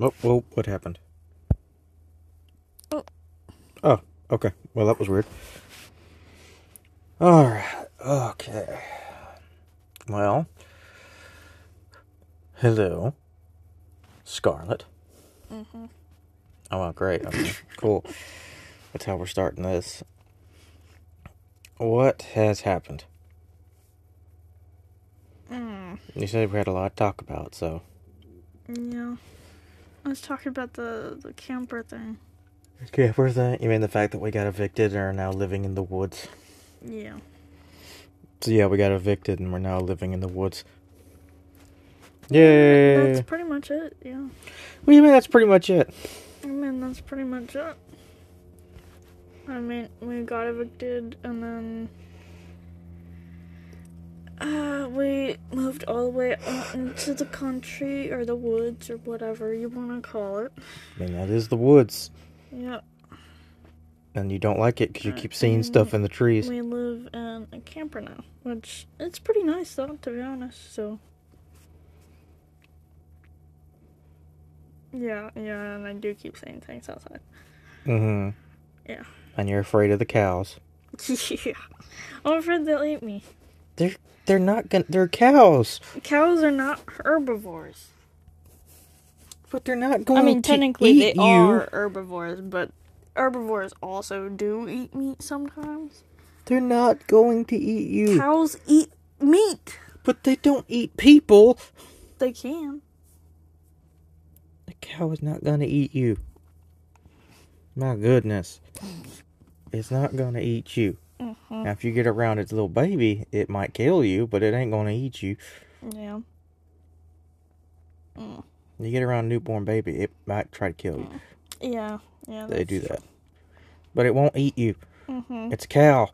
Oh, well, what happened? Oh, okay. Well, that was weird. All right. Okay. Well, hello, Scarlet. Mm-hmm. Oh, wow, great. Okay, cool. That's how we're starting this. What has happened? Mm, You said we had a lot to talk about, so Yeah. I was talking about the, the camper thing. Okay, where's that? You mean the fact that we got evicted and are now living in the woods? Yeah. So yeah, we got evicted and we're now living in the woods. That's Yay! pretty much it, yeah. Well, you mean that's pretty much it. I mean, that's pretty much it. I mean, we got evicted and then. Uh, we moved all the way out into the country or the woods or whatever you want to call it. I mean that is the woods, Yeah, and you don't like it because you keep seeing stuff in the trees. we live in a camper now, which it's pretty nice though, to be honest. So, yeah, yeah, and I do keep saying things outside. Mm-hmm. Yeah. And you're afraid of the cows. yeah, I'm afraid they'll eat me. They're they're not gonna. They're cows, Cows are not herbivores. but they're not going. I mean, to technically they eat you. are herbivores, but herbivores also do eat meat sometimes. They're not going to eat you. Cows eat meat. But they don't eat people. They can. The cow is not gonna eat you. My goodness. It's not gonna eat you. Mm-hmm. Now, if you get around its little baby, it might kill you, but it ain't gonna eat you. Yeah. Mm. You get around a newborn baby, it might try to kill you. Yeah. Yeah. They do Oh, that's- Mm-hmm. that. But it won't eat you. It's a cow.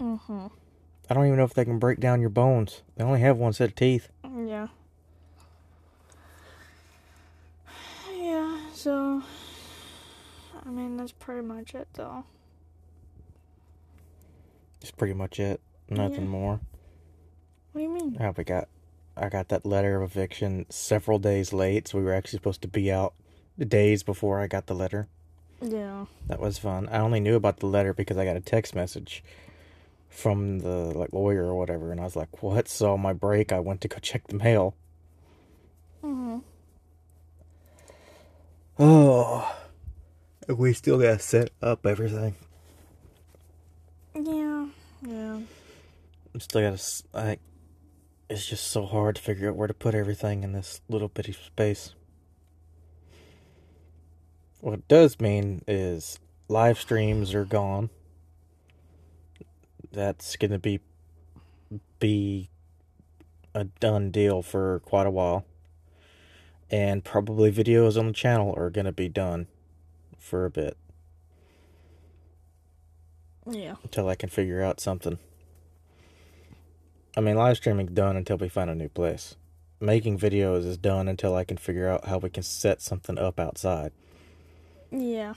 I don't even know if they can break down your bones. They only have one set of teeth. Yeah. Yeah. So, I mean, that's pretty much it, though. That's pretty much it. Nothing Yeah. more. What do you mean? Yeah, we got I got that letter of eviction several days late, so we were actually supposed to be out the days before I got the letter. Yeah. That was fun. I only knew about the letter because I got a text message from the like lawyer or whatever, and I was like, "What?" So on my break, I went to go check the mail. Mm-hmm. Oh, we still gotta set up everything. Yeah. Yeah. I'm still gotta. s- I. It's just so hard to figure out where to put everything in this little bitty space. What it does mean is live streams are gone. That's gonna be be a done deal for quite a while, and probably videos on the channel are gonna be done for a bit Yeah. until I can figure out something. I mean, live streaming's done until we find a new place. Making videos is done until I can figure out how we can set something up outside. Yeah.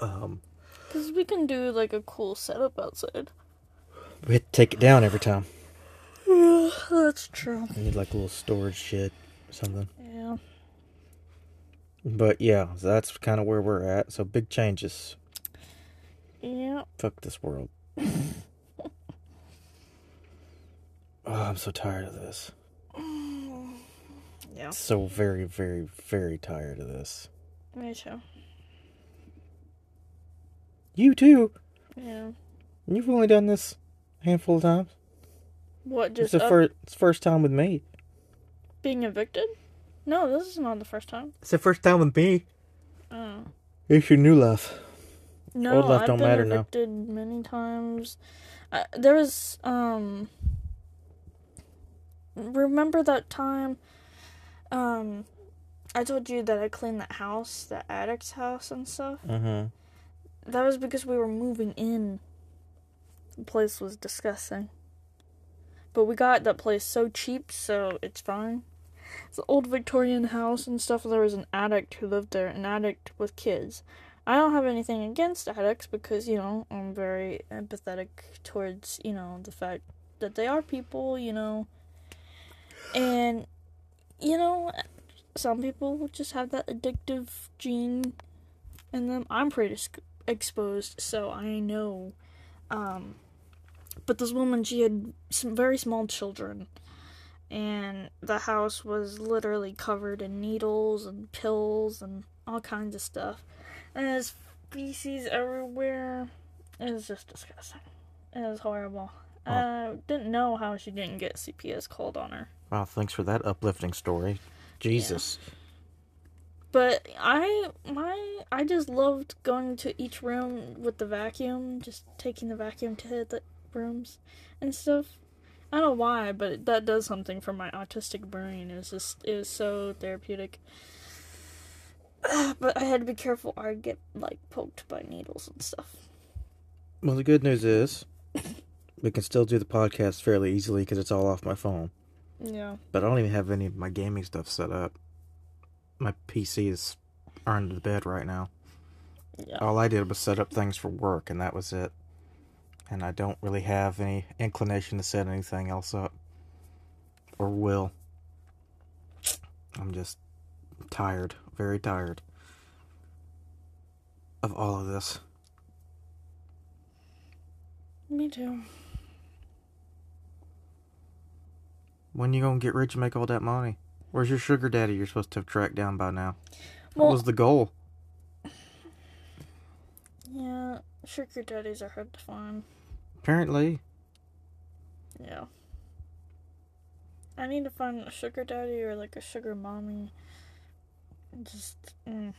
Um, Because we can do like a cool setup outside. we had to take it down every time. Yeah, that's true. I need like a little storage shed, or something. Yeah. But yeah, so that's kind of where we're at. So big changes. Yeah. Fuck this world. oh, I'm so tired of this. Yeah. So very, very, very tired of this. Me too. You too. Yeah. You've only done this a handful of times. What It's just the up first it's first time with me. being evicted? No, this is not the first time. It's the first time with me. Oh. It's your new love. No, Old love I've don't been matter now. evicted many times. Uh, there was um. Remember that time, um, I told you that I cleaned that house, the attic's house and stuff. Uh-huh. That was because we were moving in. The place was disgusting. But we got that place so cheap, so it's fine. It's an old Victorian house and stuff. There was an addict who lived there, an addict with kids. I don't have anything against addicts because, you know, I'm very empathetic towards, you know, the fact that they are people, you know. And, you know, some people just have that addictive gene in them. I'm predisposed, exposed, so I know. Um, but this woman, she had some very small children, and the house was literally covered in needles and pills and all kinds of stuff. And there's feces everywhere. It was just disgusting. It was horrible. I didn't know how she didn't get CPS called on her. Wow, thanks for that uplifting story. Jesus. But I my I just loved going to each room with the vacuum, just taking the vacuum to hit the rooms and stuff. I don't know why, but that does something for my autistic brain. It was just it was so therapeutic. But I had to be careful. I'd get like poked by needles and stuff. Well, the good news is we can still do the podcast fairly easily because it's all off my phone. Yeah. But I don't even have any of my gaming stuff set up. My PC is under the bed right now. Yeah. All I did was set up things for work, and that was it. And I don't really have any inclination to set anything else up. Or will. I'm just tired, very tired of all of this. Me too. When you gonna get rich and make all that money? Where's your sugar daddy you're supposed to have tracked down by now? what Well, was the goal? yeah, sugar daddies are hard to find. Apparently, Yeah. I need to find a sugar daddy or like a sugar mommy. Just mm,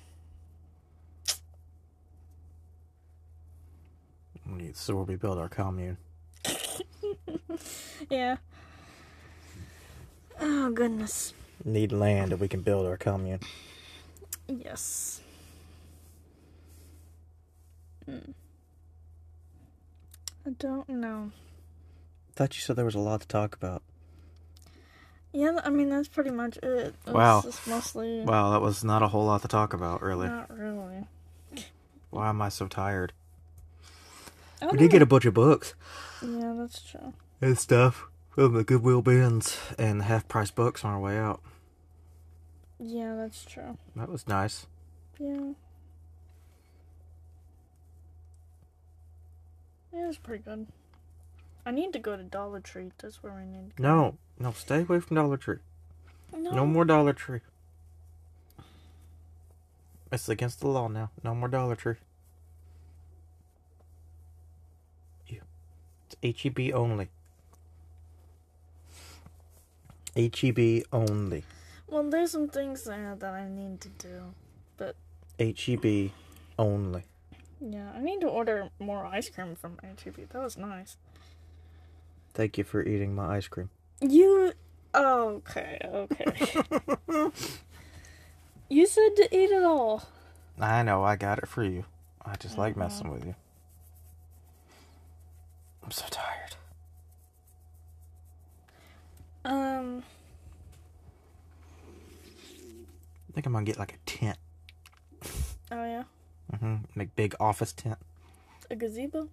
we- so we build our commune. yeah. Oh goodness. Need land that we can build our commune. Yes. Mm. I don't know. Thought you said there was a lot to talk about. Yeah, I mean that's pretty much it. It's Wow. just mostly Wow, that was not a whole lot to talk about, really. not really. Why am I so tired? I We don't did get a bunch of books know. yeah, that's true. and stuff from the Goodwill bins and half price books on our way out. Yeah, that's true. That was nice. Yeah. Yeah, it's pretty good. I need to go to Dollar Tree. That's where I need to go. No, no, stay away from Dollar Tree. No. No more Dollar Tree. It's against the law now. No more Dollar Tree. You. It's HEB only. HEB E only. Well, there's some things there that I need to do. HEB E only. Yeah, I need to order more ice cream from HEB. That was nice. Thank you for eating my ice cream. You. Okay, okay. you said to eat it all. I know, I got it for you. I just like messing with you. I'm so tired. Um. I think I'm gonna get like a tent. Oh yeah, hmm Like big office tent. a gazebo.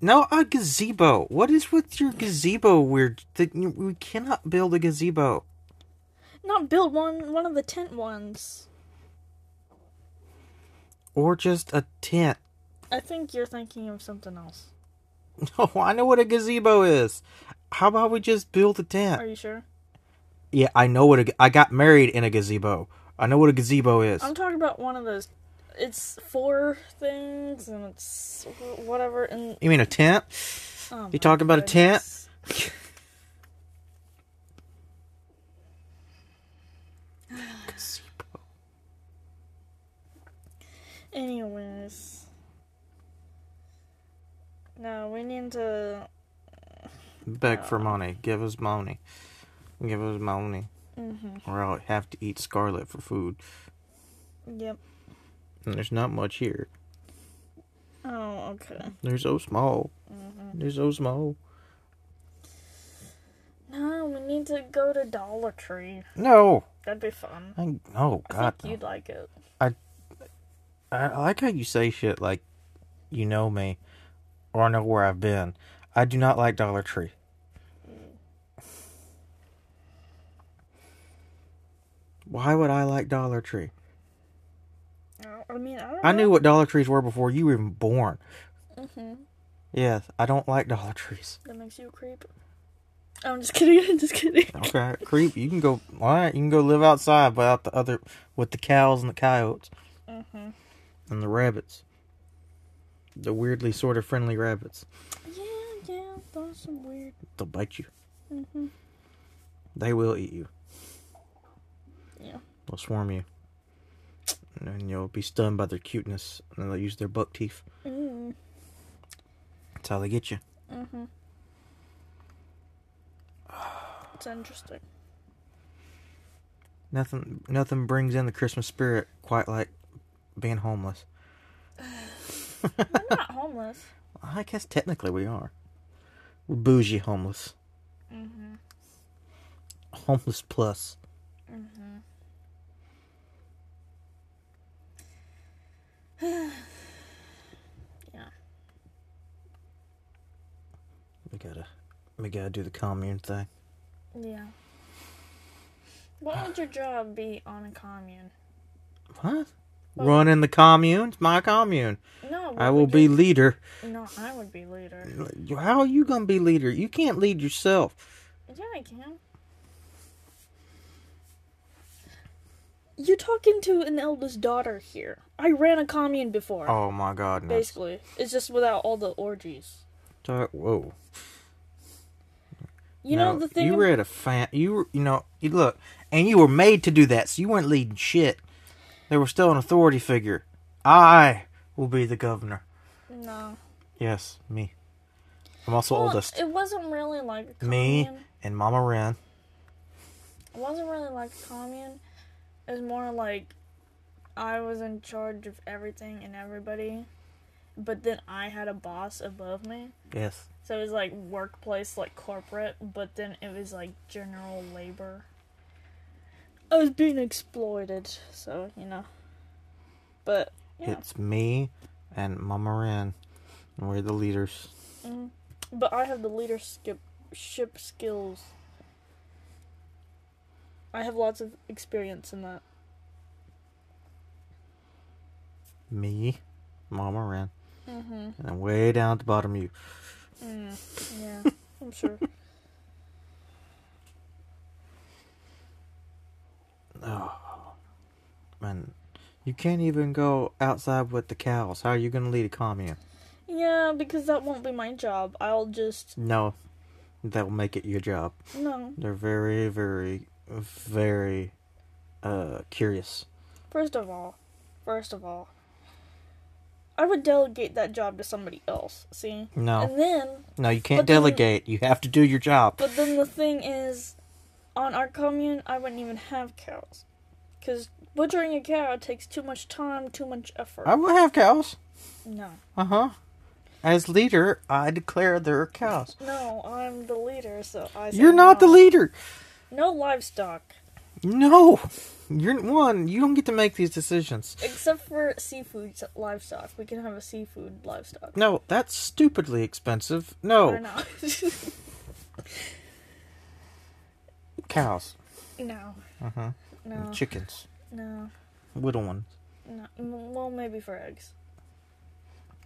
No, a gazebo. What is with your gazebo weird? That you, we cannot build a gazebo. Not build one. One of the tent ones. Or just a tent. I think you're thinking of something else. No, I know what a gazebo is. How about we just build a Are tent? you sure? Yeah, I know what a. ga- I got married in a gazebo. I know what a gazebo is. I'm talking about one of those. It's four things and it's wh- whatever. And You mean a tent? oh You talking about a tent? a tent? Gazebo. Anyways, no, we need to. Beg for money. Give us money. Give us money. hmm Or I'll have to eat scarlet for food. Yep. And there's not much here. Oh, okay. They're so small. Mm-hmm. They're so small. No, we need to go to Dollar Tree. No. That'd be fun. I, no, I God. think no. you'd like it. I I like how you say shit like you know me or I know where I've been. I do not like Dollar Tree. Why would I like Dollar Tree? I- I mean, I don't I know. knew what Dollar Trees were before you were even born. hmm Yes, I don't like Dollar Trees. That makes you a creep. I'm just kidding. I'm just kidding. Okay, creep. You can go. All right, you can go live outside without the other, with the cows and the coyotes hmm and the rabbits. The weirdly sort of friendly rabbits. Yeah, yeah. That's some weird. They'll bite you. hmm They will eat you. Yeah. They'll swarm you. And then you'll be stunned by their cuteness, and they'll use their buck teeth. Mm. That's how they get you. Mhm. It's interesting. Nothing, nothing brings in the Christmas spirit quite like being homeless. We're not homeless. I guess technically we are. We're bougie homeless. Mhm. Homeless plus. Mhm. yeah. We gotta, we gotta do the commune thing. Yeah. What would your job be on a commune? What? Well- Running the commune? It's my commune. No. what I will would be your- leader. no, I would be leader. How are you gonna be leader? You can't lead yourself. Yeah, I can. You're talking to an eldest daughter here. I ran a commune before. Oh my god, no. Basically, it's just without all the orgies. Talk- Whoa. You know No, the thing. You were at a fan. You were, you know, you look, and you were made to do that, so you weren't leading shit. There was still an authority figure. I will be the governor. no, Yes, me. I'm also Well, oldest. it wasn't really like a Me? commune. And Mama Ren. It wasn't really like a commune. It was more like I was in charge of everything and everybody, but then I had a boss above me. Yes. So it was like workplace, like corporate, but then it was like general labor. I was being exploited, so you know. But yeah, It's me and Mama Ren. And we're the leaders. mm. but I have the leadership ship skills. I have lots of experience in that. Me, Mama Ren. Mm-hmm. And then way down at the bottom, you. Mm, yeah, I'm sure. Oh. And you can't even go outside with the cows. How are you going to lead a commune? Yeah, because that won't be my job. I'll just No, that'll make it your job. no. They're very, very, very uh curious. First of all, first of all, I would delegate that job to somebody else. See, No, and then no, you can't Uh, But then- delegate. You have to do your job. But then the thing is, on our commune, I wouldn't even have cows. Because butchering a cow takes too much time, too much effort. I will have cows. No. Uh huh. As leader, I declare there are cows. No, I'm the leader, so I say You're not no. the leader. No livestock. No, you're one. You don't get to make these decisions. Except for seafood s- livestock. We can have a seafood livestock. No, that's stupidly expensive. Or No, not. cows. no. Uh huh. No. Chickens, No. little ones, No. M- Well, maybe for eggs.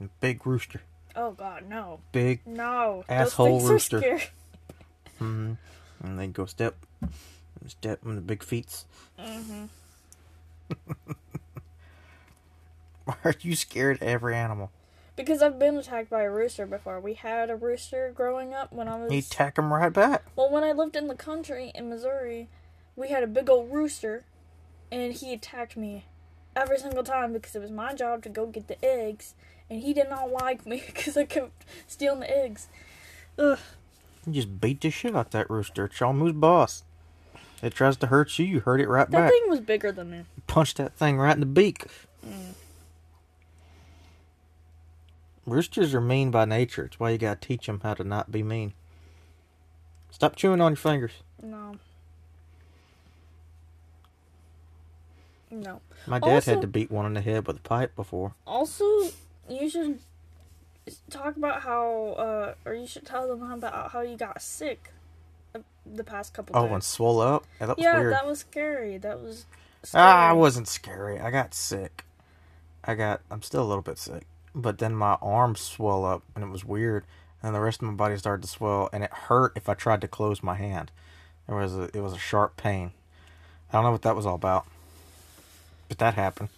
And big rooster, Oh, God, no. big No. Asshole Those things rooster. are scary. hmm And then go step, step on the big feet. hmm Why are you scared of every animal? Because I've been attacked by a rooster before. We had a rooster growing up when I was. You tack them right back. Well, when I lived in the country in Missouri, we had a big old rooster, and he attacked me every single time because it was my job to go get the eggs, and he did not like me because I kept stealing the eggs. Ugh. You just beat the shit out that rooster. It's y'all moose boss. It tries to hurt you, you hurt it right That back. thing was bigger than me. Punch that thing right in the beak. Mm. Roosters are mean by nature. It's why you gotta teach them how to not be mean. Stop chewing on your fingers. No. No. My dad Also- had to beat one in the head with a pipe before. Also, you should talk about how, uh, or you should tell them about how you got sick the past couple Oh, days. and swole up. Yeah, that was yeah, weird. that was scary. That was scary. Ah, I wasn't scary. I got sick. I got. I'm still a little bit sick, but then my arm swelled up, and it was weird. And the rest of my body started to swell, and it hurt if I tried to close my hand. There was a. It was a sharp pain. I don't know what that was all about, but that happened.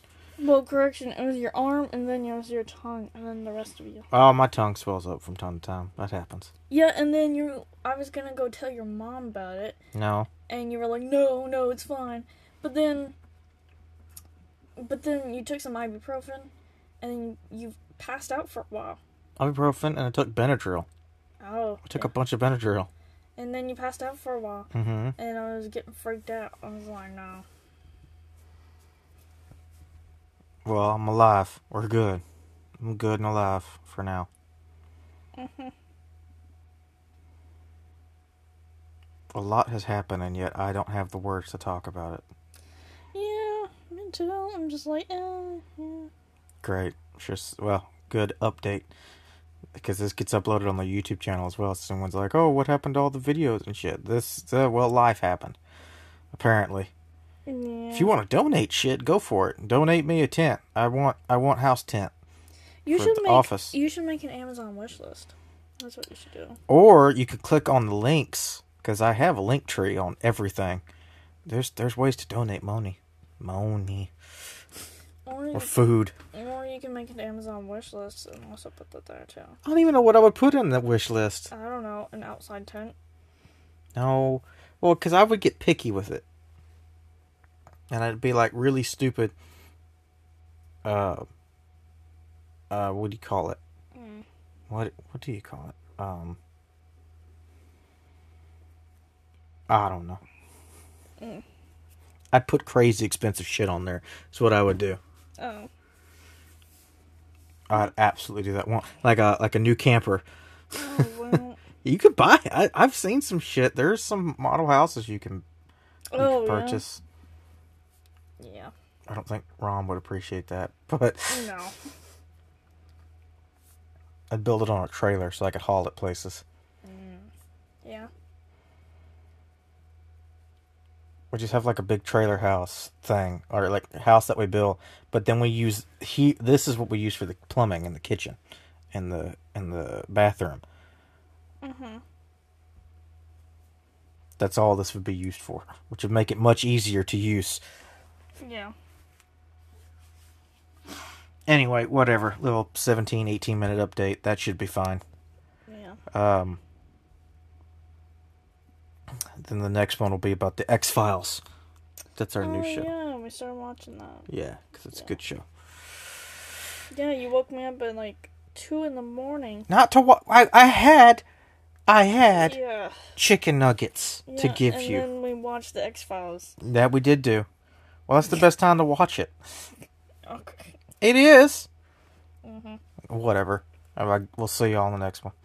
Well, correction, it was your arm, and then it was your tongue, and then the rest of you. Oh, my tongue swells up from time to time. That happens. Yeah, and then you. I was gonna go tell your mom about it, No. and you were like, "No, no, it's fine." But then, but then you took some ibuprofen, and you passed out for a while. Ibuprofen, and I took Benadryl. Oh, I took a bunch of Benadryl. and then you passed out for a while, Mm-hmm. and I was getting freaked out. I was like, "No." Well, I'm alive. We're good. I'm good and alive for now. A lot has happened, and yet I don't have the words to talk about it. Yeah, me too. I'm just like, uh, yeah. Great. Just, well, good update. Because this gets uploaded on the YouTube channel as well. Someone's like, oh, what happened to all the videos and shit? This, uh, well, life happened. Apparently. yeah. If you want to donate shit, go for it. Donate me a tent. I want, I want house tent. you for should the make office. you should make an Amazon wish list. That's what you should do. or you could click on the links because I have a link tree on everything. There's there's ways to donate money, money Or you, or food. or you can make an Amazon wish list and also put that there too. I don't even know what I would put in that wish list. I don't know, an outside tent. No, well, because I would get picky with it, and I'd be like really stupid. Uh, uh, what do you call it? Mm. What what do you call it? Um, I don't know. Mm. I'd put crazy expensive shit on there. That's what I would do. Oh, I'd absolutely do that. One like a like a new camper. oh well. You could buy. I, I've seen some shit. There's some model houses you can, you can oh purchase. yeah. I don't think Ron would appreciate that, but Yeah. No. I'd build it on a trailer so I could haul it places. Yeah. We just have like a big trailer house thing, or like house that we build. But then we use he. This is what we use for the plumbing in the kitchen, and the and the bathroom. Mhm. That's all this would be used for, which would make it much easier to use. Yeah. Anyway, whatever. Little 17, 18 minute update. That should be fine. Yeah. Um. Then the next one will be about the X Files. That's our new oh, show. yeah, we started watching that. Yeah, because it's a Yeah. good show. Yeah, you woke me up at like two in the morning. Not to what I I had, I had. Yeah. chicken nuggets to Yeah, give and you. then we watched the X Files. That we did do. Well, that's the best time to watch it. Okay. Mm-hmm. It is. Mhm. Whatever. All right, we'll see you all in the next one.